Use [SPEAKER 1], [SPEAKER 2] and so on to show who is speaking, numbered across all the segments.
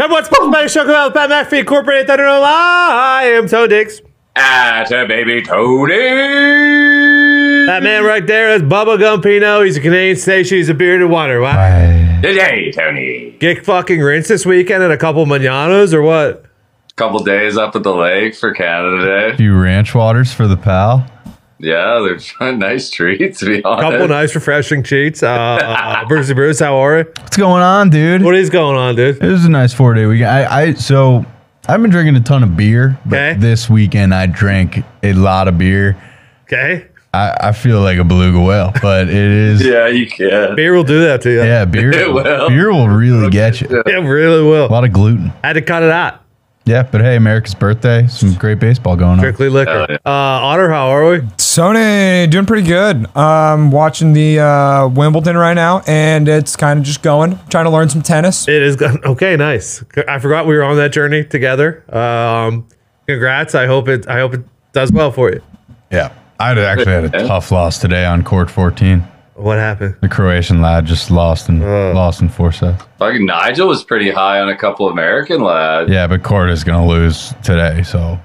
[SPEAKER 1] everybody. Show out with Pat McAfee Incorporated. Thunder Roll. I am Toe Dix.
[SPEAKER 2] At a baby toady.
[SPEAKER 1] That man right there is Bubba Gumpino. He's a Canadian station. He's a bearded wonder. Wow.
[SPEAKER 2] Today, Tony.
[SPEAKER 1] Get fucking rinsed this weekend and a couple mananas or what?
[SPEAKER 2] Couple days up at the lake for Canada Day.
[SPEAKER 3] few ranch waters for the pal.
[SPEAKER 2] Yeah, they're nice treats, to be honest.
[SPEAKER 1] couple nice refreshing cheats. Uh, uh, Brucey Bruce, how are you?
[SPEAKER 3] What's going on, dude?
[SPEAKER 1] What is going on, dude?
[SPEAKER 3] It was a nice four day weekend. I, I so I've been drinking a ton of beer, but
[SPEAKER 1] Okay.
[SPEAKER 3] this weekend I drank a lot of beer.
[SPEAKER 1] Okay.
[SPEAKER 3] I, I feel like a beluga whale, but it is yeah,
[SPEAKER 2] yeah, you can.
[SPEAKER 1] Beer will do that to you.
[SPEAKER 3] beer
[SPEAKER 2] It will.
[SPEAKER 3] beer will really get you.
[SPEAKER 1] It really will.
[SPEAKER 3] A lot of gluten.
[SPEAKER 1] I had to cut it out.
[SPEAKER 3] Yeah, but hey, America's birthday, some great baseball going on.
[SPEAKER 1] Strictly liquor.
[SPEAKER 2] Hell yeah.
[SPEAKER 1] Uh, Otter, how are we?
[SPEAKER 4] Sony doing pretty good. Um, watching the uh, Wimbledon right now, and it's kind of just going. Trying to learn some tennis.
[SPEAKER 1] It is go- okay. Nice. I forgot we were on that journey together. Um, congrats. I hope it. I hope it does well for you.
[SPEAKER 3] Yeah. I actually had a tough loss today on court 14.
[SPEAKER 1] What happened?
[SPEAKER 3] The Croatian lad just lost in lost in four sets.
[SPEAKER 2] Fucking Nigel was pretty high on a couple American lads.
[SPEAKER 3] Yeah, but court is going to lose today, so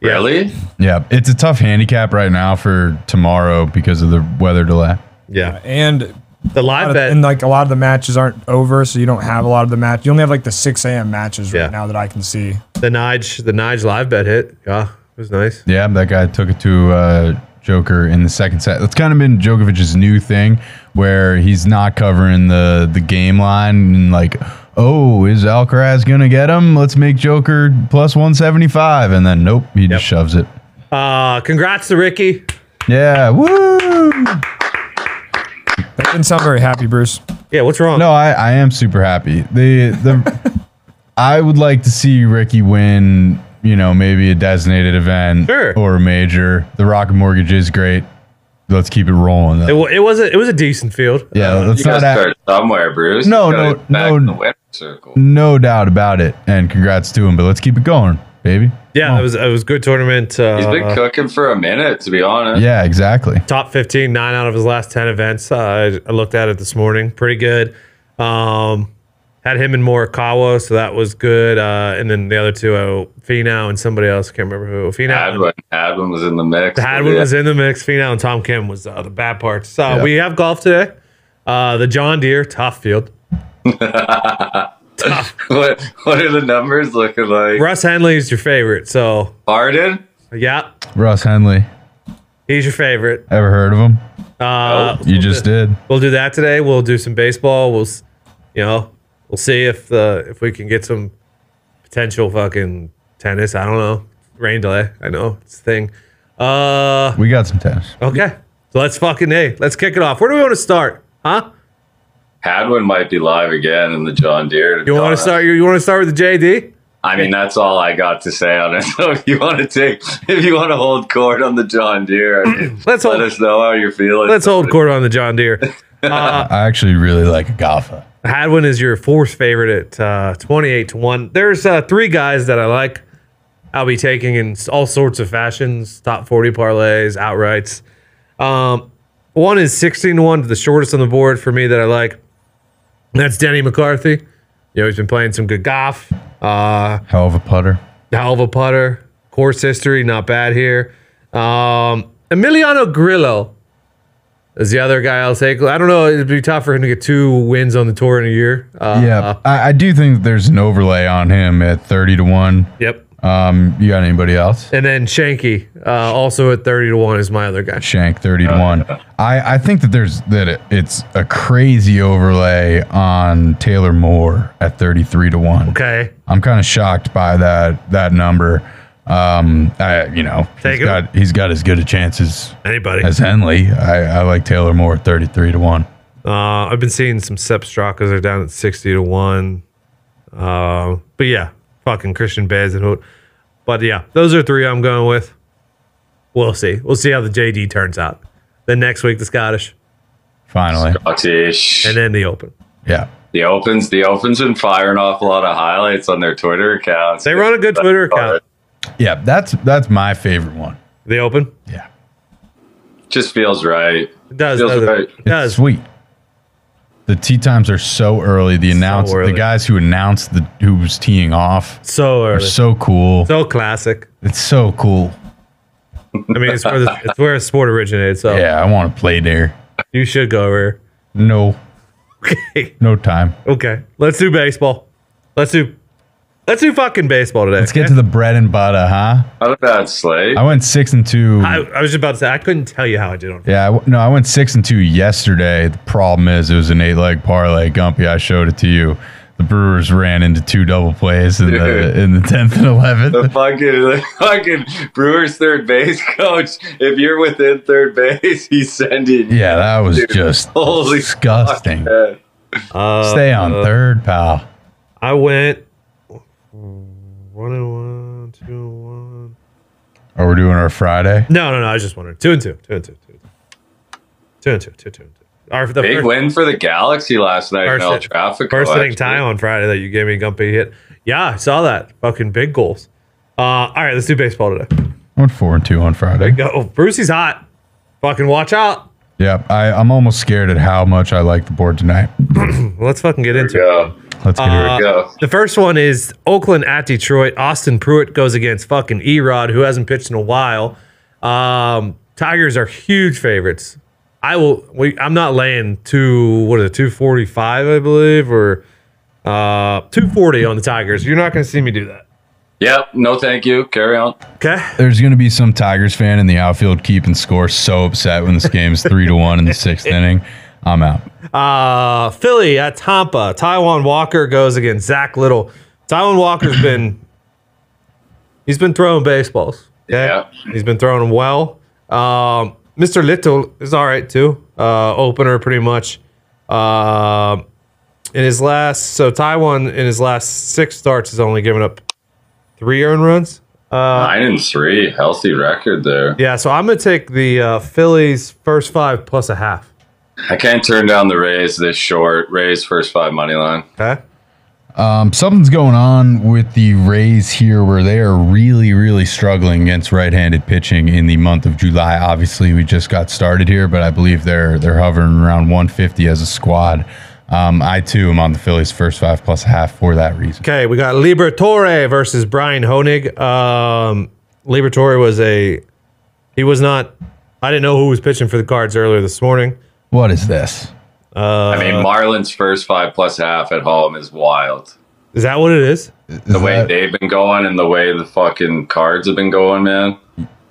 [SPEAKER 2] Really?
[SPEAKER 3] Yeah, it's a tough handicap right now for tomorrow because of the weather delay.
[SPEAKER 1] Yeah,
[SPEAKER 4] And
[SPEAKER 1] the live bet.
[SPEAKER 4] and like a lot of the matches aren't over, so you don't have a lot of the match. You only have like the six a.m. matches right
[SPEAKER 1] Yeah.
[SPEAKER 4] now that I can see.
[SPEAKER 1] the Nige. The Nige live bet hit. Yeah, it was nice.
[SPEAKER 3] Yeah, that guy took it to uh, Joker in the second set. That's kind of been Djokovic's new thing, where he's not covering the the game line and like, oh, is Alcaraz gonna get him? Let's make Joker plus one seventy five, and then nope, he just shoves it.
[SPEAKER 1] Uh, congrats to Ricky.
[SPEAKER 3] Yeah, woo!
[SPEAKER 4] That didn't sound very happy, Bruce.
[SPEAKER 1] Yeah, what's wrong?
[SPEAKER 3] No, I, I am super happy. The the I would like to see Ricky win, you know, maybe a designated event
[SPEAKER 1] Sure.
[SPEAKER 3] or a major. The Rocket Mortgage is great. Let's keep it rolling.
[SPEAKER 1] It,
[SPEAKER 3] Though.
[SPEAKER 1] wa- it was a it was a decent field.
[SPEAKER 3] yeah,
[SPEAKER 1] Uh,
[SPEAKER 3] let's
[SPEAKER 2] You
[SPEAKER 3] not
[SPEAKER 2] gotta
[SPEAKER 3] act-
[SPEAKER 2] start somewhere, Bruce.
[SPEAKER 3] No,
[SPEAKER 2] You gotta
[SPEAKER 3] no,
[SPEAKER 2] get back
[SPEAKER 3] no.
[SPEAKER 2] in the winner's circle.
[SPEAKER 3] no doubt about it. And congrats to him, but let's keep it going, baby.
[SPEAKER 1] yeah, it was it was a good tournament. Uh,
[SPEAKER 2] He's been cooking for a minute, to be honest.
[SPEAKER 3] Uh-huh. Yeah, exactly.
[SPEAKER 1] top 15 nine out of his last 10 events uh, I, I looked at it this morning pretty good um had him in morikawa so that was good uh and then the other two oh Finau and somebody else can't remember who Finau
[SPEAKER 2] Hadwin, Hadwin was in the mix.
[SPEAKER 1] Hadwin
[SPEAKER 2] Yeah.
[SPEAKER 1] was in the mix Finau and Tom Kim was uh, the bad parts so
[SPEAKER 3] Yeah.
[SPEAKER 1] we have golf today uh the John Deere tough field
[SPEAKER 2] what, what are the numbers looking like?
[SPEAKER 1] Russ Henley is your favorite so
[SPEAKER 2] Harden?
[SPEAKER 1] yeah
[SPEAKER 3] Russ Henley,
[SPEAKER 1] he's your favorite
[SPEAKER 3] ever heard of him?
[SPEAKER 1] uh
[SPEAKER 3] You just did.
[SPEAKER 1] we'll do that today. We'll do some baseball. We'll, s- you know, we'll see if the if we can get some potential fucking tennis. I don't know. Rain delay. I know it's a thing. Uh,
[SPEAKER 3] We got some tennis.
[SPEAKER 1] okay. So let's fucking hey, let's kick it off. Where do we want to start? Huh?
[SPEAKER 2] Hadwin might be live again in the John Deere. be
[SPEAKER 1] You want to
[SPEAKER 2] honest.
[SPEAKER 1] start? You, you want to start with the JD?
[SPEAKER 2] I mean, that's all I got to say on it. So if you want to take, if you want to hold court on the John Deere, I mean,
[SPEAKER 1] Let's
[SPEAKER 2] let
[SPEAKER 1] hold-
[SPEAKER 2] us know how you're feeling.
[SPEAKER 1] Let's hold court on the John Deere.
[SPEAKER 3] I actually really like Agafa.
[SPEAKER 1] Hadwin is your fourth favorite at uh, 28 to 1. There's uh, three guys that I like. I'll be taking in all sorts of fashions top 40 parlays, outrights. Um, one is 16 to 1, the shortest on the board for me that I like. And That's Denny McCarthy. You know, he's been playing some good golf. Uh,
[SPEAKER 3] Hell of a putter.
[SPEAKER 1] hell of a putter. Course history, not bad here. Um, Emiliano Grillo is the other guy I'll take. I don't know. It'd be tough for him to get two wins on the tour in a year. Uh,
[SPEAKER 2] Uh-huh.
[SPEAKER 3] yeah, I, I do think that there's an overlay on him at 30 to 1.
[SPEAKER 1] Yep.
[SPEAKER 3] Um, you got anybody else?
[SPEAKER 1] And then Shanky, uh, also at 30 to 1, is my other guy.
[SPEAKER 3] Shank thirty to
[SPEAKER 1] Uh,
[SPEAKER 3] one. I, I think that there's that it, it's a crazy overlay on Taylor Moore at thirty three to one.
[SPEAKER 1] Okay.
[SPEAKER 3] I'm kind of shocked by that that number. Um, I you know
[SPEAKER 1] Take
[SPEAKER 3] he's
[SPEAKER 1] him.
[SPEAKER 3] got he's got as good a chance as
[SPEAKER 1] Anybody.
[SPEAKER 3] as Henley. I, I like Taylor Moore at thirty three to one.
[SPEAKER 1] Uh, I've been seeing some Sep Strakas are down at 60 to 1. Uh, but yeah, fucking Christian Bez and Hoot. But yeah, those are three I'm going with. We'll see. We'll see how the JD turns out. Then next week, the Scottish,
[SPEAKER 3] Finally,
[SPEAKER 2] Scottish.
[SPEAKER 1] and then the Open.
[SPEAKER 3] yeah.
[SPEAKER 2] the Opens, the Opens been firing off a lot of highlights on their Twitter accounts.
[SPEAKER 1] They run a good Twitter account.
[SPEAKER 3] Yeah, that's that's my favorite one.
[SPEAKER 1] The Open
[SPEAKER 3] Yeah,
[SPEAKER 2] Just feels right.
[SPEAKER 1] it does.
[SPEAKER 2] Feels
[SPEAKER 1] doesn't it?
[SPEAKER 2] right.
[SPEAKER 1] It
[SPEAKER 3] it's
[SPEAKER 1] does.
[SPEAKER 3] sweet. The tee times are so early. The announce
[SPEAKER 1] early.
[SPEAKER 3] the guys who announced the who was teeing off
[SPEAKER 1] So
[SPEAKER 3] are
[SPEAKER 1] early. So,
[SPEAKER 3] so cool.
[SPEAKER 1] classic.
[SPEAKER 3] It's so cool.
[SPEAKER 1] I mean, it's where the, it's where a sport originated. So
[SPEAKER 3] Yeah, I want to play there.
[SPEAKER 1] you should go over.
[SPEAKER 3] No,
[SPEAKER 1] here.
[SPEAKER 3] no time.
[SPEAKER 1] okay, let's do baseball. Let's do let's do fucking baseball today.
[SPEAKER 3] Let's get to the bread and butter, huh?
[SPEAKER 2] Not a bad slate.
[SPEAKER 3] I went six and two.
[SPEAKER 1] I, I was just about to say I couldn't tell you how I did on.
[SPEAKER 3] yeah, I w no, I went six and two yesterday. The problem is it was an eight leg parlay. Gumpy, I showed it to you. The Brewers ran into two double plays in
[SPEAKER 2] Dude.
[SPEAKER 3] the in the tenth and
[SPEAKER 2] The
[SPEAKER 3] eleventh.
[SPEAKER 2] fucking, the fucking Brewers third base coach. If you're within third base, he's sending. you.
[SPEAKER 3] Yeah, that was just
[SPEAKER 2] Holy
[SPEAKER 3] disgusting.
[SPEAKER 2] Uh,
[SPEAKER 1] Uh,
[SPEAKER 3] Stay on third, pal.
[SPEAKER 1] I went one and one, two and one.
[SPEAKER 3] Or we're doing our Friday.
[SPEAKER 1] No, no, no. I was just wondering. Two and two, two and two, two and two, two and two, two, two and two. Our the
[SPEAKER 2] Big
[SPEAKER 1] first,
[SPEAKER 2] win for the Galaxy last night in
[SPEAKER 1] First
[SPEAKER 2] El
[SPEAKER 1] hit-
[SPEAKER 2] Tráfico.
[SPEAKER 1] first inning
[SPEAKER 2] actually.
[SPEAKER 1] time on Friday that you gave me Gumpy hit. Yeah, I saw that. Fucking big goals. Uh, all right, let's do baseball today.
[SPEAKER 3] I went four and two on Friday.
[SPEAKER 1] Go, Brucey's hot. Fucking watch out.
[SPEAKER 3] Yep, I, I'm almost scared at how much I like the board tonight.
[SPEAKER 1] Let's fucking get into it.
[SPEAKER 2] Go,
[SPEAKER 3] Let's
[SPEAKER 2] go.
[SPEAKER 3] get
[SPEAKER 1] Uh,
[SPEAKER 3] to it.
[SPEAKER 1] The first one is Oakland at Detroit. Austin Pruitt goes against fucking Erod, who hasn't pitched in a while. Um, Tigers are huge favorites. I will. We, I'm not laying two. What is it? Two forty five, I believe, or uh, two forty on the Tigers. You're not going to see me do that.
[SPEAKER 2] Yep. No, thank you. Carry on.
[SPEAKER 1] Okay.
[SPEAKER 3] There's going to be some Tigers fan in the outfield keeping score so upset when this game's three to one in the sixth inning. I'm out.
[SPEAKER 1] Uh, Philly at Tampa. Taiwan Walker goes against Zach Little. Taiwan Walker's been he's been throwing baseballs. okay?
[SPEAKER 2] Yeah.
[SPEAKER 1] he's been throwing them well. Um, Mr. Little is all right too. Uh, opener pretty much. Um in his last, so Taiwan in his last six starts has only given up three earned runs.
[SPEAKER 2] Nine and three. Healthy record there.
[SPEAKER 1] Yeah, so I'm gonna take the uh, Phillies first five plus a half.
[SPEAKER 2] I can't turn down the Rays this short. Rays first five money line.
[SPEAKER 1] Okay.
[SPEAKER 3] Um, something's going on with the Rays here where they are really, really struggling against right-handed pitching in the month of July. Obviously, we just got started here, but I believe they're they're hovering around 150 as a squad. Um, I too am on the Phillies first five plus a half for that reason.
[SPEAKER 1] Okay, we got Liberatore versus Brian Honig. Um, Liberatore was a he was not. I didn't know who was pitching for the Cards earlier this morning.
[SPEAKER 3] What is this?
[SPEAKER 2] I mean, Marlins first five plus half at home is wild.
[SPEAKER 1] Is that what it is?
[SPEAKER 2] The way they've been going and the way the fucking cards have been going, man.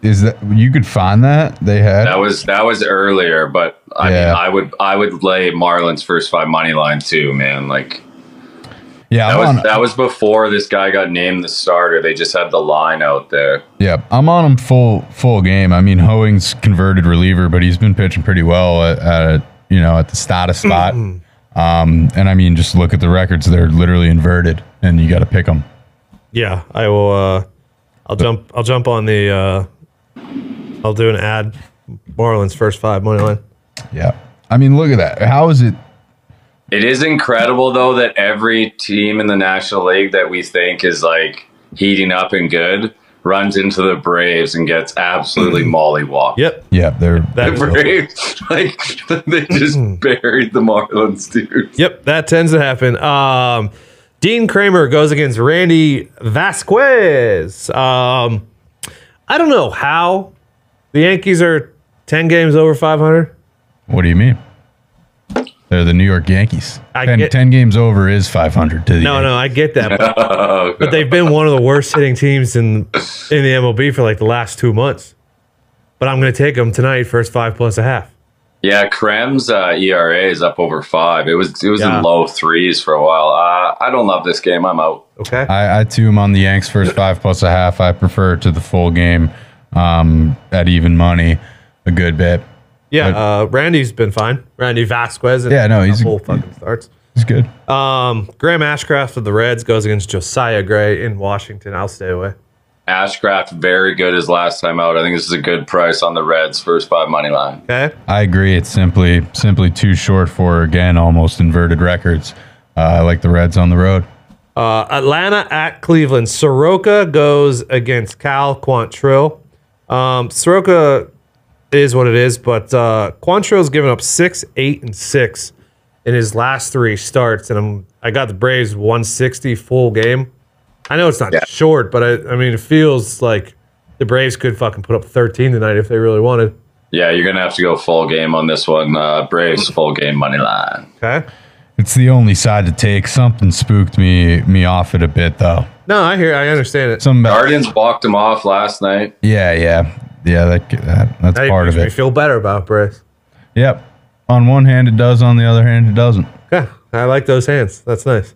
[SPEAKER 3] Is that you could find that they had?
[SPEAKER 2] That was that was earlier, but I
[SPEAKER 3] Yeah.
[SPEAKER 2] mean, I would I would lay Marlins first five money line too, man. Like
[SPEAKER 3] yeah,
[SPEAKER 2] that
[SPEAKER 3] I'm
[SPEAKER 2] was
[SPEAKER 3] on,
[SPEAKER 2] that was before this guy got named the starter. They just had the line out there.
[SPEAKER 3] yeah, I'm on him full full game. I mean, Hoing's converted reliever, but he's been pitching pretty well at, at you know at the start of spot.
[SPEAKER 1] Mm-hmm.
[SPEAKER 3] um, and I mean, just look at the records; they're literally inverted, and you got to pick them.
[SPEAKER 1] Yeah, I will. Uh, I'll jump. I'll jump on the. Uh, I'll do an ad. Marlins first five money line.
[SPEAKER 3] Yeah, I mean, look at that. How is it?
[SPEAKER 2] It is incredible though that every team in the National League that we think is like heating up and good runs into the Braves and gets absolutely mollywopped.
[SPEAKER 1] Mm. Yep.
[SPEAKER 3] Yeah, they're
[SPEAKER 1] That-
[SPEAKER 2] The Braves, like they
[SPEAKER 1] Mm.
[SPEAKER 2] just buried the Marlins, dude.
[SPEAKER 1] Yep. That tends to happen. Um, Dean Kramer goes against Randy Vasquez. Um, I don't know how the Yankees are ten games over five hundred.
[SPEAKER 3] what do you mean? They're the New York Yankees.
[SPEAKER 1] I
[SPEAKER 3] Ten,
[SPEAKER 1] get-
[SPEAKER 3] ten games over is 500 to the
[SPEAKER 1] No,
[SPEAKER 3] Yankees.
[SPEAKER 1] no, I get that, but, but they've been one of the worst hitting teams in in the MLB for like the last two months. But I'm going to take them tonight, first five plus a half.
[SPEAKER 2] Yeah, Krem's uh, ERA is up over five. It was it was
[SPEAKER 1] Yeah.
[SPEAKER 2] in low threes for a while. Uh, I don't love this game. I'm out.
[SPEAKER 1] Okay.
[SPEAKER 3] I, I too am on the Yanks first five plus a half. I prefer to the full game um, at even money a good bit.
[SPEAKER 1] Yeah, uh, Randy's been fine. Randy Vasquez. And
[SPEAKER 3] Yeah, no, he's-
[SPEAKER 1] whole fucking starts.
[SPEAKER 3] It's good.
[SPEAKER 1] Um, Graham Ashcraft of the Reds goes against Josiah Gray in Washington. I'll stay away.
[SPEAKER 2] Ashcraft very good his last time out. I think this is a good price on the Reds first five money line.
[SPEAKER 1] Okay.
[SPEAKER 3] I agree. It's simply simply too short for again almost inverted records. Uh, I like the Reds on the road.
[SPEAKER 1] Uh, Atlanta at Cleveland. Soroka goes against Cal Quantrill. Um, Soroka is what it is, but uh, Quantrill's given up six, eight, and six in his last three starts, and I'm I got the Braves 160 full game. I know it's not
[SPEAKER 2] Yeah.
[SPEAKER 1] short, but I I mean it feels like the Braves could fucking put up 13 tonight if they really wanted.
[SPEAKER 2] Yeah, you're gonna have to go full game on this one. Uh, Braves full game money line.
[SPEAKER 1] Okay.
[SPEAKER 3] It's the only side to take. Something spooked me me off it a bit though.
[SPEAKER 1] No, I hear I understand it.
[SPEAKER 3] Something about
[SPEAKER 2] Guardians walked him off last night.
[SPEAKER 3] yeah, yeah, yeah. That, that that's
[SPEAKER 1] That
[SPEAKER 3] part
[SPEAKER 1] makes
[SPEAKER 3] of
[SPEAKER 1] me
[SPEAKER 3] it.
[SPEAKER 1] feel better about Braves.
[SPEAKER 3] Yep. On one hand it does. On the other hand it doesn't.
[SPEAKER 1] Yeah, I like those hands. That's nice.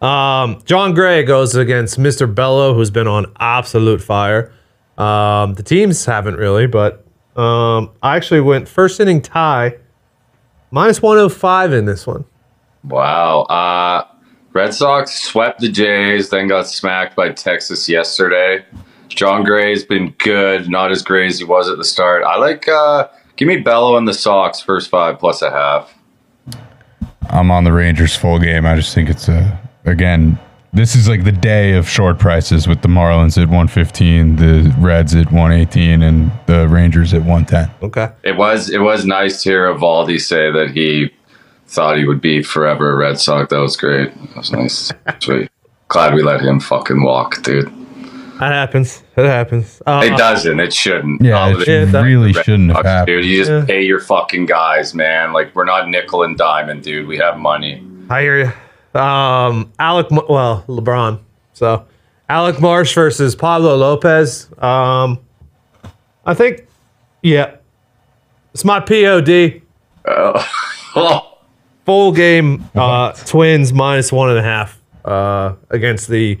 [SPEAKER 1] Um, John Gray goes against Mr. Bello, who's been on absolute fire. Um, the teams haven't really, but um, I actually went first inning tie, minus 105 in this one.
[SPEAKER 2] Wow. Uh, Red Sox swept the Jays, then got smacked by Texas yesterday. John Gray's been good, not as great as he was at the start. I like. Uh, give me Bello and the Sox first five plus a half.
[SPEAKER 3] I'm on the Rangers full game. I just think it's a again. This is like the day of short prices with the Marlins at 115, the Reds at 118, and the Rangers at 110.
[SPEAKER 1] Okay.
[SPEAKER 2] It was it was nice to hear Evaldi say that he thought he would be forever a Red Sox. That was great. That was nice. Sweet. Glad we let him fucking walk, dude.
[SPEAKER 1] That happens. That happens. Um,
[SPEAKER 2] It doesn't. It shouldn't.
[SPEAKER 3] Yeah,
[SPEAKER 2] Not
[SPEAKER 3] it
[SPEAKER 2] that it
[SPEAKER 1] Yeah, that-
[SPEAKER 3] really
[SPEAKER 2] Red
[SPEAKER 3] shouldn't have
[SPEAKER 2] sucks,
[SPEAKER 3] happened.
[SPEAKER 2] dude. You just
[SPEAKER 1] Yeah.
[SPEAKER 2] pay your fucking guys, man. Like we're not nickel and diamond, dude. We have money.
[SPEAKER 1] I hear you. Um, Alec, Ma- well, LeBron. So, Alec Marsh versus Pablo Lopez. Um, I think, yeah, it's my POD.
[SPEAKER 2] Oh,
[SPEAKER 1] full game uh, Twins minus one and a half uh, against the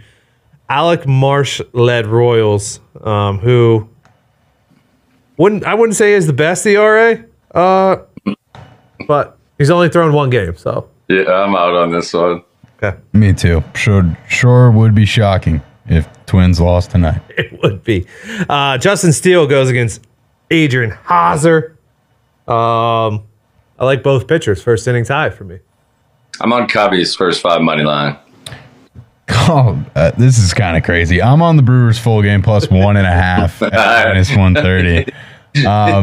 [SPEAKER 1] Alec Marsh led Royals, um, who wouldn't I wouldn't say is the best ERA, uh, but he's only thrown one game, so
[SPEAKER 2] yeah, I'm out on this one.
[SPEAKER 1] okay,
[SPEAKER 3] Me too. Should sure would be shocking if Twins lost tonight.
[SPEAKER 1] it would be. Uh, Justin Steele goes against Adrian Hauser. Um, I like both pitchers. First inning tie for me.
[SPEAKER 2] I'm on Cubby's first five money line.
[SPEAKER 3] Oh, uh, this is kind of crazy. I'm on the Brewers full game plus one and a half at minus 130. Um,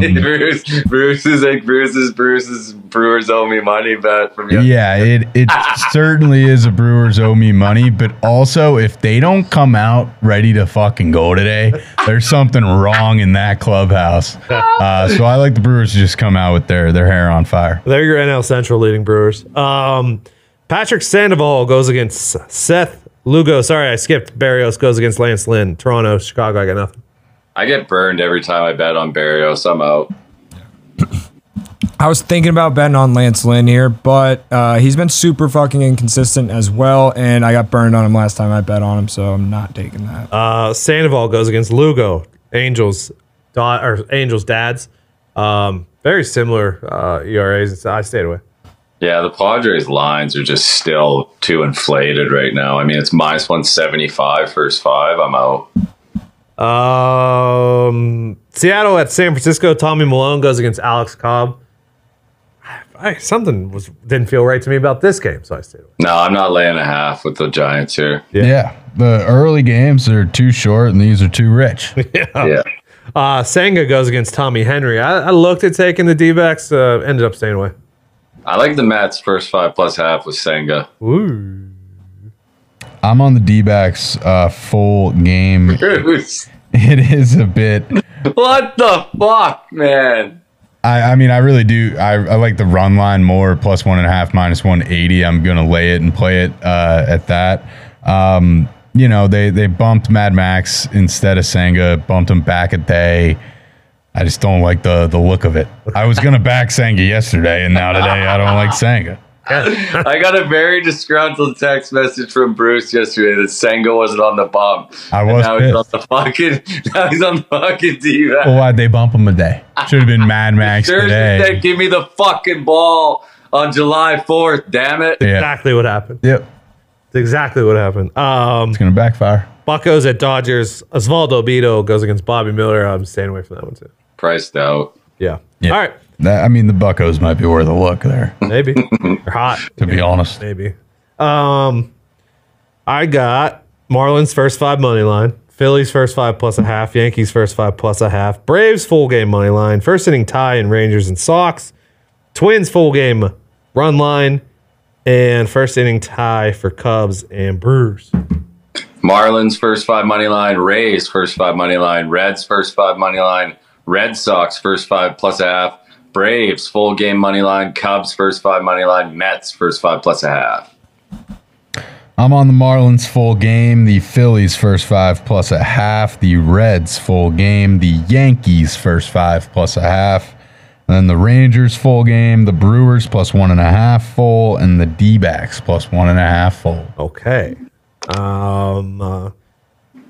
[SPEAKER 2] Bruce, Bruce is like Bruce's Bruce's Brewers owe me money bet from you.
[SPEAKER 3] Yeah, it it certainly is a Brewers owe me money, but also if they don't come out ready to fucking go today, there's something wrong in that clubhouse. Uh, so I like the Brewers to just come out with their their hair on fire.
[SPEAKER 1] They're your NL Central leading Brewers. Um, Patrick Sandoval goes against Seth Lugo. Sorry, I skipped. Barrios goes against Lance Lynn. Toronto, Chicago, I got nothing.
[SPEAKER 2] I get burned every time I bet on Barrios. I'm out.
[SPEAKER 4] I was thinking about betting on Lance Lynn here, but uh, he's been super fucking inconsistent as well, and I got burned on him last time I bet on him, so I'm not taking that.
[SPEAKER 1] Uh, Sandoval goes against Lugo. Angels, da- or Angels dads. Um, very similar uh, ERAs. I stayed away.
[SPEAKER 2] Yeah, the Padres lines are just still too inflated right now. I mean, it's minus 175 first five. I'm out.
[SPEAKER 1] Um, Seattle at San Francisco. Tommy Malone goes against Alex Cobb. I, something was didn't feel right to me about this game, so I stayed away.
[SPEAKER 2] No, I'm not laying a half with the Giants here.
[SPEAKER 3] Yeah. the early games are too short and these are too rich.
[SPEAKER 2] Yeah.
[SPEAKER 1] Uh, Sanga goes against Tommy Henry. I, I looked at taking the D backs, uh, ended up staying away.
[SPEAKER 2] I like the Mets first five plus half with Senga.
[SPEAKER 1] Ooh.
[SPEAKER 3] I'm on the D-backs uh, full game.
[SPEAKER 2] Bruce,
[SPEAKER 3] It is a bit.
[SPEAKER 2] what the fuck, man?
[SPEAKER 3] I, I mean, I really do. I, I like the run line more, plus one and a half, minus 180. I'm going to lay it and play it uh, at that. Um, you know, they, they bumped Mad Max instead of Sanga, bumped him back a day. I just don't like the, the look of it. I was going to back Sanga yesterday, and now today I don't like Sanga.
[SPEAKER 2] I got a very disgruntled text message from Bruce yesterday that Senga wasn't on the bump.
[SPEAKER 3] I
[SPEAKER 2] And
[SPEAKER 3] was
[SPEAKER 2] now he's on the fucking now he's on the fucking D back.
[SPEAKER 3] Well, why'd they bump him a day? Should have been Mad Max
[SPEAKER 2] Thursday
[SPEAKER 3] today.
[SPEAKER 2] said, give me the fucking ball on July 4th, damn it.
[SPEAKER 3] Yeah.
[SPEAKER 1] Exactly what happened.
[SPEAKER 3] Yep.
[SPEAKER 1] It's exactly what happened. Um,
[SPEAKER 3] It's going to backfire.
[SPEAKER 1] Buckos at Dodgers. Osvaldo Beto goes against Bobby Miller. I'm staying away from that one, too.
[SPEAKER 2] Priced out.
[SPEAKER 1] Yeah.
[SPEAKER 3] Yeah.
[SPEAKER 1] All right.
[SPEAKER 3] That, I mean, the Buckos might be worth a look there,
[SPEAKER 1] Maybe. They're hot.
[SPEAKER 3] to be honest.
[SPEAKER 1] Maybe. Um, I got Marlins first five money line, Phillies first five plus a half, Yankees first five plus a half, Braves full game money line, first inning tie and Rangers and Sox, Twins full game run line, And first inning tie for Cubs and Brewers.
[SPEAKER 2] Marlins first five money line, Rays first five money line, Reds first five money line, Red Sox first five plus a half, Braves full game money line, Cubs first five money line, Mets first five plus a half.
[SPEAKER 3] I'm on the Marlins full game, the Phillies first five plus a half, the Reds full game, the Yankees first five plus a half, and then the Rangers full game, the Brewers plus one and a half full, and the D backs plus one and a half full.
[SPEAKER 1] Okay. Um, uh,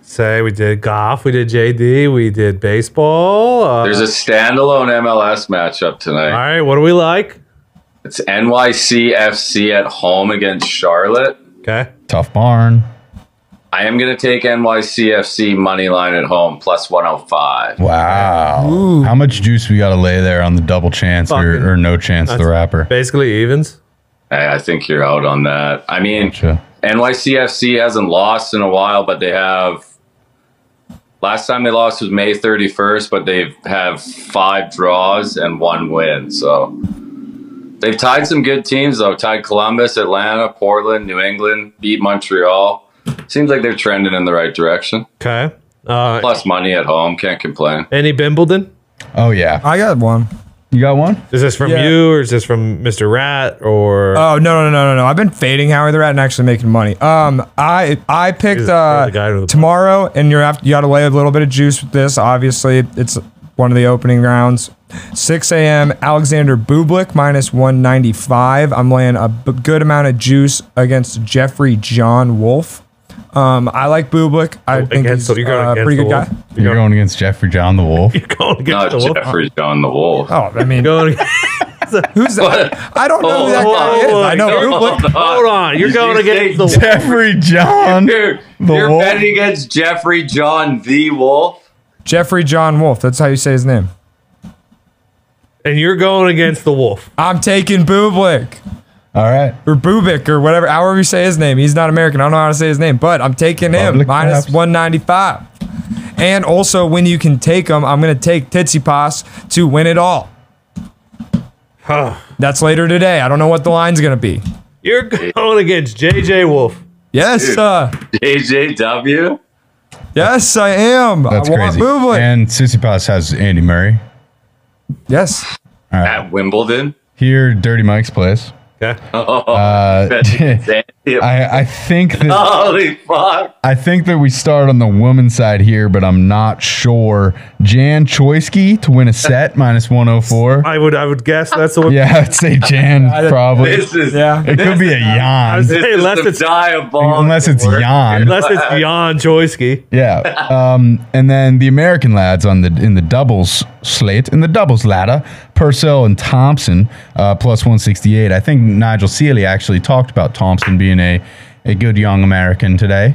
[SPEAKER 1] say we did golf, we did JD, we did baseball. Uh,
[SPEAKER 2] There's a standalone MLS matchup tonight.
[SPEAKER 1] all right, what do we like?
[SPEAKER 2] It's NYCFC at home against Charlotte.
[SPEAKER 1] Okay.
[SPEAKER 3] Tough barn.
[SPEAKER 2] I am going to take NYCFC money line at home plus 105.
[SPEAKER 3] Wow. How much juice we got to lay there on the double chance
[SPEAKER 1] Fucking-
[SPEAKER 3] or, or no chance the
[SPEAKER 1] that's-
[SPEAKER 3] wrapper?
[SPEAKER 1] Basically evens.
[SPEAKER 2] I, I think you're out on that. I mean,
[SPEAKER 3] Gotcha.
[SPEAKER 2] NYCFC hasn't lost in a while, but they have. Last time they lost was May 31st, but they've have five draws and one win. So they've tied some good teams though. Tied Columbus, Atlanta, Portland, New England. Beat Montreal. Seems like they're trending in the right direction.
[SPEAKER 1] Okay. Uh,
[SPEAKER 2] Plus money at home. Can't complain.
[SPEAKER 1] any Bimbledon?
[SPEAKER 3] Oh, yeah.
[SPEAKER 4] I got one.
[SPEAKER 3] You got one?
[SPEAKER 1] Is this from
[SPEAKER 4] Yeah.
[SPEAKER 1] you or is this from Mr. Rat or
[SPEAKER 4] Oh no no no no no! I've been fading Howard the Rat and actually making money. Um, I I picked
[SPEAKER 1] Jesus, you're
[SPEAKER 4] uh
[SPEAKER 1] the guy with the-
[SPEAKER 4] tomorrow, and you're after, you got to lay a little bit of juice with this. Obviously, it's one of the opening rounds. 6 a.m. Alexander Bublik minus 195. I'm laying a b- good amount of juice against Jeffrey John Wolf. Um, I like Bublik. I think
[SPEAKER 1] Oh, against?
[SPEAKER 4] he's
[SPEAKER 1] So you're going
[SPEAKER 4] uh,
[SPEAKER 1] against
[SPEAKER 4] pretty
[SPEAKER 1] the
[SPEAKER 4] good
[SPEAKER 1] wolf.
[SPEAKER 4] guy.
[SPEAKER 3] You're going against Jeffrey John the Wolf.
[SPEAKER 1] You're going
[SPEAKER 2] Not
[SPEAKER 1] against the wolf.
[SPEAKER 2] Jeffrey John the Wolf.
[SPEAKER 4] Oh, I mean,
[SPEAKER 1] Going against-
[SPEAKER 4] who's that? I don't know who that
[SPEAKER 1] Hold
[SPEAKER 4] guy
[SPEAKER 1] on,
[SPEAKER 4] is.
[SPEAKER 1] hold
[SPEAKER 4] I know
[SPEAKER 1] on.
[SPEAKER 4] Bublik.
[SPEAKER 1] Hold on, you're
[SPEAKER 2] You
[SPEAKER 1] going against
[SPEAKER 2] think-
[SPEAKER 1] the wolf.
[SPEAKER 3] Jeffrey John.
[SPEAKER 2] Dude,
[SPEAKER 3] The
[SPEAKER 2] you're
[SPEAKER 3] Wolf?
[SPEAKER 2] betting against Jeffrey John the Wolf.
[SPEAKER 4] Jeffrey John Wolf. That's how you say his name.
[SPEAKER 1] and you're going against the wolf.
[SPEAKER 4] I'm taking Bublik
[SPEAKER 3] All right.
[SPEAKER 4] or Bubik or whatever, however you say his name. He's not American. I don't know how to say his name, but I'm taking him
[SPEAKER 3] Bublik,
[SPEAKER 4] minus
[SPEAKER 3] perhaps.
[SPEAKER 4] 195. And also, when you can take him, I'm going to take Titsipas to win it all.
[SPEAKER 1] Huh.
[SPEAKER 4] That's later today. I don't know what the line's going to be.
[SPEAKER 1] You're going against JJ Wolf.
[SPEAKER 4] Yes, uh,
[SPEAKER 2] JJW.
[SPEAKER 4] yes, I am.
[SPEAKER 3] That's
[SPEAKER 4] I want
[SPEAKER 3] crazy.
[SPEAKER 4] Bublik.
[SPEAKER 3] And Sissy Pass has Andy Murray.
[SPEAKER 4] yes.
[SPEAKER 2] at Wimbledon.
[SPEAKER 3] Here, Dirty Mike's place.
[SPEAKER 1] Okay.
[SPEAKER 3] Uh, I, I think that
[SPEAKER 2] Holy fuck!
[SPEAKER 3] I think that we start on the woman's side here, but I'm not sure. Jan Choisky to win a set minus 104.
[SPEAKER 1] I would I would guess that's the one.
[SPEAKER 3] Yeah, I'd say Jan probably.
[SPEAKER 2] This is
[SPEAKER 4] Yeah.
[SPEAKER 3] It could be a
[SPEAKER 1] was-
[SPEAKER 3] Jan,
[SPEAKER 2] this
[SPEAKER 1] Hey,
[SPEAKER 2] is
[SPEAKER 1] unless
[SPEAKER 2] some
[SPEAKER 1] it's-
[SPEAKER 2] diabolical
[SPEAKER 3] unless it's
[SPEAKER 2] work.
[SPEAKER 3] Jan.
[SPEAKER 1] Unless it's Jan Choisky.
[SPEAKER 3] Yeah. Um, and then the American lads on the in the doubles slate in the doubles ladder, Purcell and Thompson uh, plus 168. I think Nigel Seeley actually talked about Thompson being a a good young American today.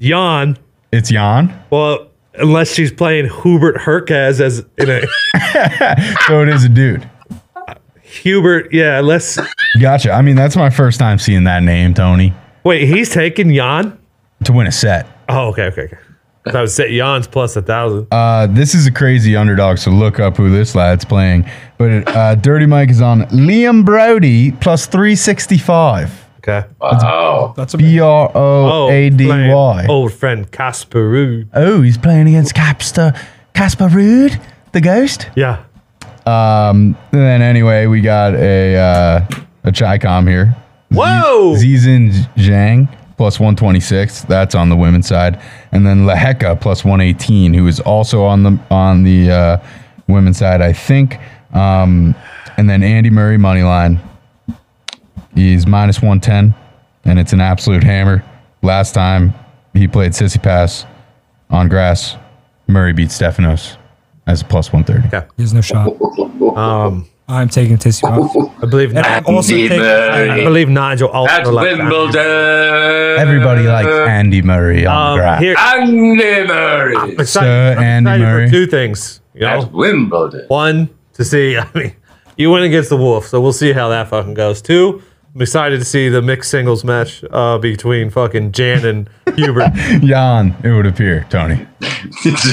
[SPEAKER 1] Jan.
[SPEAKER 3] It's Jan,
[SPEAKER 1] Well, unless she's playing Hubert Herkaz as in a
[SPEAKER 3] so it is a dude.
[SPEAKER 1] Hubert. Yeah. Unless
[SPEAKER 3] Gotcha. I mean, that's my first time seeing that name, Tony,
[SPEAKER 1] wait, he's taking Jan.
[SPEAKER 3] to win a set.
[SPEAKER 1] Oh, okay, okay, okay. I would say Jan's plus a thousand.
[SPEAKER 3] Uh, this is a crazy underdog, so look up who this lad's playing. But uh, Dirty Mike is on Liam Brody plus 365.
[SPEAKER 1] Okay.
[SPEAKER 2] Wow.
[SPEAKER 4] That's a
[SPEAKER 3] B R O uh, A D
[SPEAKER 1] Oh, playing
[SPEAKER 3] Y.
[SPEAKER 1] Old friend Casper Ruud.
[SPEAKER 3] Oh, he's playing against Capster Casper Rude, the ghost.
[SPEAKER 1] Yeah.
[SPEAKER 3] Um. And then anyway, we got a uh, a Chicom here.
[SPEAKER 1] Whoa!
[SPEAKER 3] Zizin Zhang plus 126. That's on the women's side, and then Laheka plus 118, who is also on the on the uh, women's side, I think. Um, and then Andy Murray money line. He's minus 110, and it's an absolute hammer. Last time he played Sissy Pass on grass, Murray beat Stefanos as a plus 130.
[SPEAKER 4] He has no shot.
[SPEAKER 1] Um,
[SPEAKER 4] I'm taking Titsipas.
[SPEAKER 1] I believe.
[SPEAKER 4] And
[SPEAKER 1] Ni-
[SPEAKER 4] I'm also
[SPEAKER 2] Andy
[SPEAKER 4] taking.
[SPEAKER 2] Murray.
[SPEAKER 1] I believe Nigel
[SPEAKER 2] At
[SPEAKER 1] also likes that.
[SPEAKER 2] Wimbledon.
[SPEAKER 3] Everybody likes Andy Murray on
[SPEAKER 1] Uh, Um,
[SPEAKER 3] grass.
[SPEAKER 1] here,
[SPEAKER 2] Ah, Andy
[SPEAKER 3] Ah,
[SPEAKER 2] Murray.
[SPEAKER 3] Sir Andy Murray.
[SPEAKER 1] for two things. You know,
[SPEAKER 2] At Wimbledon.
[SPEAKER 1] one to see. I mean, you went against the wolf, so we'll see how that fucking goes. Two, I'm excited to see the mixed singles match uh, between fucking Jan and Hubert.
[SPEAKER 3] Jan, it would appear, Tony.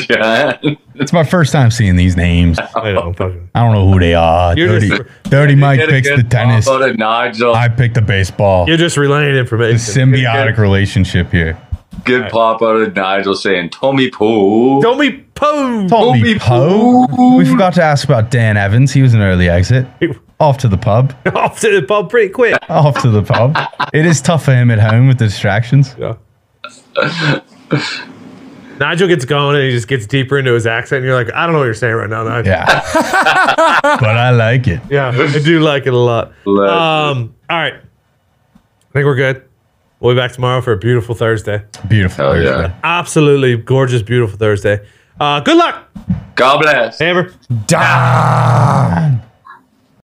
[SPEAKER 2] yeah.
[SPEAKER 3] It's my first time seeing these names.
[SPEAKER 1] I don't fucking.
[SPEAKER 3] I don't know who they are.
[SPEAKER 1] You're
[SPEAKER 3] Dirty,
[SPEAKER 1] just-
[SPEAKER 3] Dirty Mike
[SPEAKER 2] Get a
[SPEAKER 3] picks the
[SPEAKER 2] good
[SPEAKER 3] tennis.
[SPEAKER 2] combo to Nigel.
[SPEAKER 3] I pick the baseball.
[SPEAKER 1] You're just relaying information.
[SPEAKER 3] Symbiotic relationship here.
[SPEAKER 2] Good pop out of Nigel saying Tommy Pool.
[SPEAKER 1] Don't be poo.
[SPEAKER 3] Tommy
[SPEAKER 2] Tommy
[SPEAKER 3] Poe.
[SPEAKER 2] Poe.
[SPEAKER 3] We forgot to ask about Dan Evans. He was an early exit. Off to the pub.
[SPEAKER 1] off to the pub pretty quick.
[SPEAKER 3] Off to the pub. It is tough for him at home with the distractions.
[SPEAKER 1] Yeah. Nigel gets going and he just gets deeper into his accent. And you're like, I don't know what you're saying right now, Nigel.
[SPEAKER 3] Yeah. but I like it.
[SPEAKER 1] Yeah, I do like it a lot.
[SPEAKER 2] Love it.
[SPEAKER 1] Um, all right. I think we're good. We'll be back tomorrow for a beautiful Thursday.
[SPEAKER 3] Beautiful.
[SPEAKER 2] Hell
[SPEAKER 3] Thursday.
[SPEAKER 2] yeah.
[SPEAKER 1] Absolutely gorgeous, beautiful Thursday. Uh, good luck,
[SPEAKER 2] God bless.
[SPEAKER 1] Hammer.
[SPEAKER 4] Damn.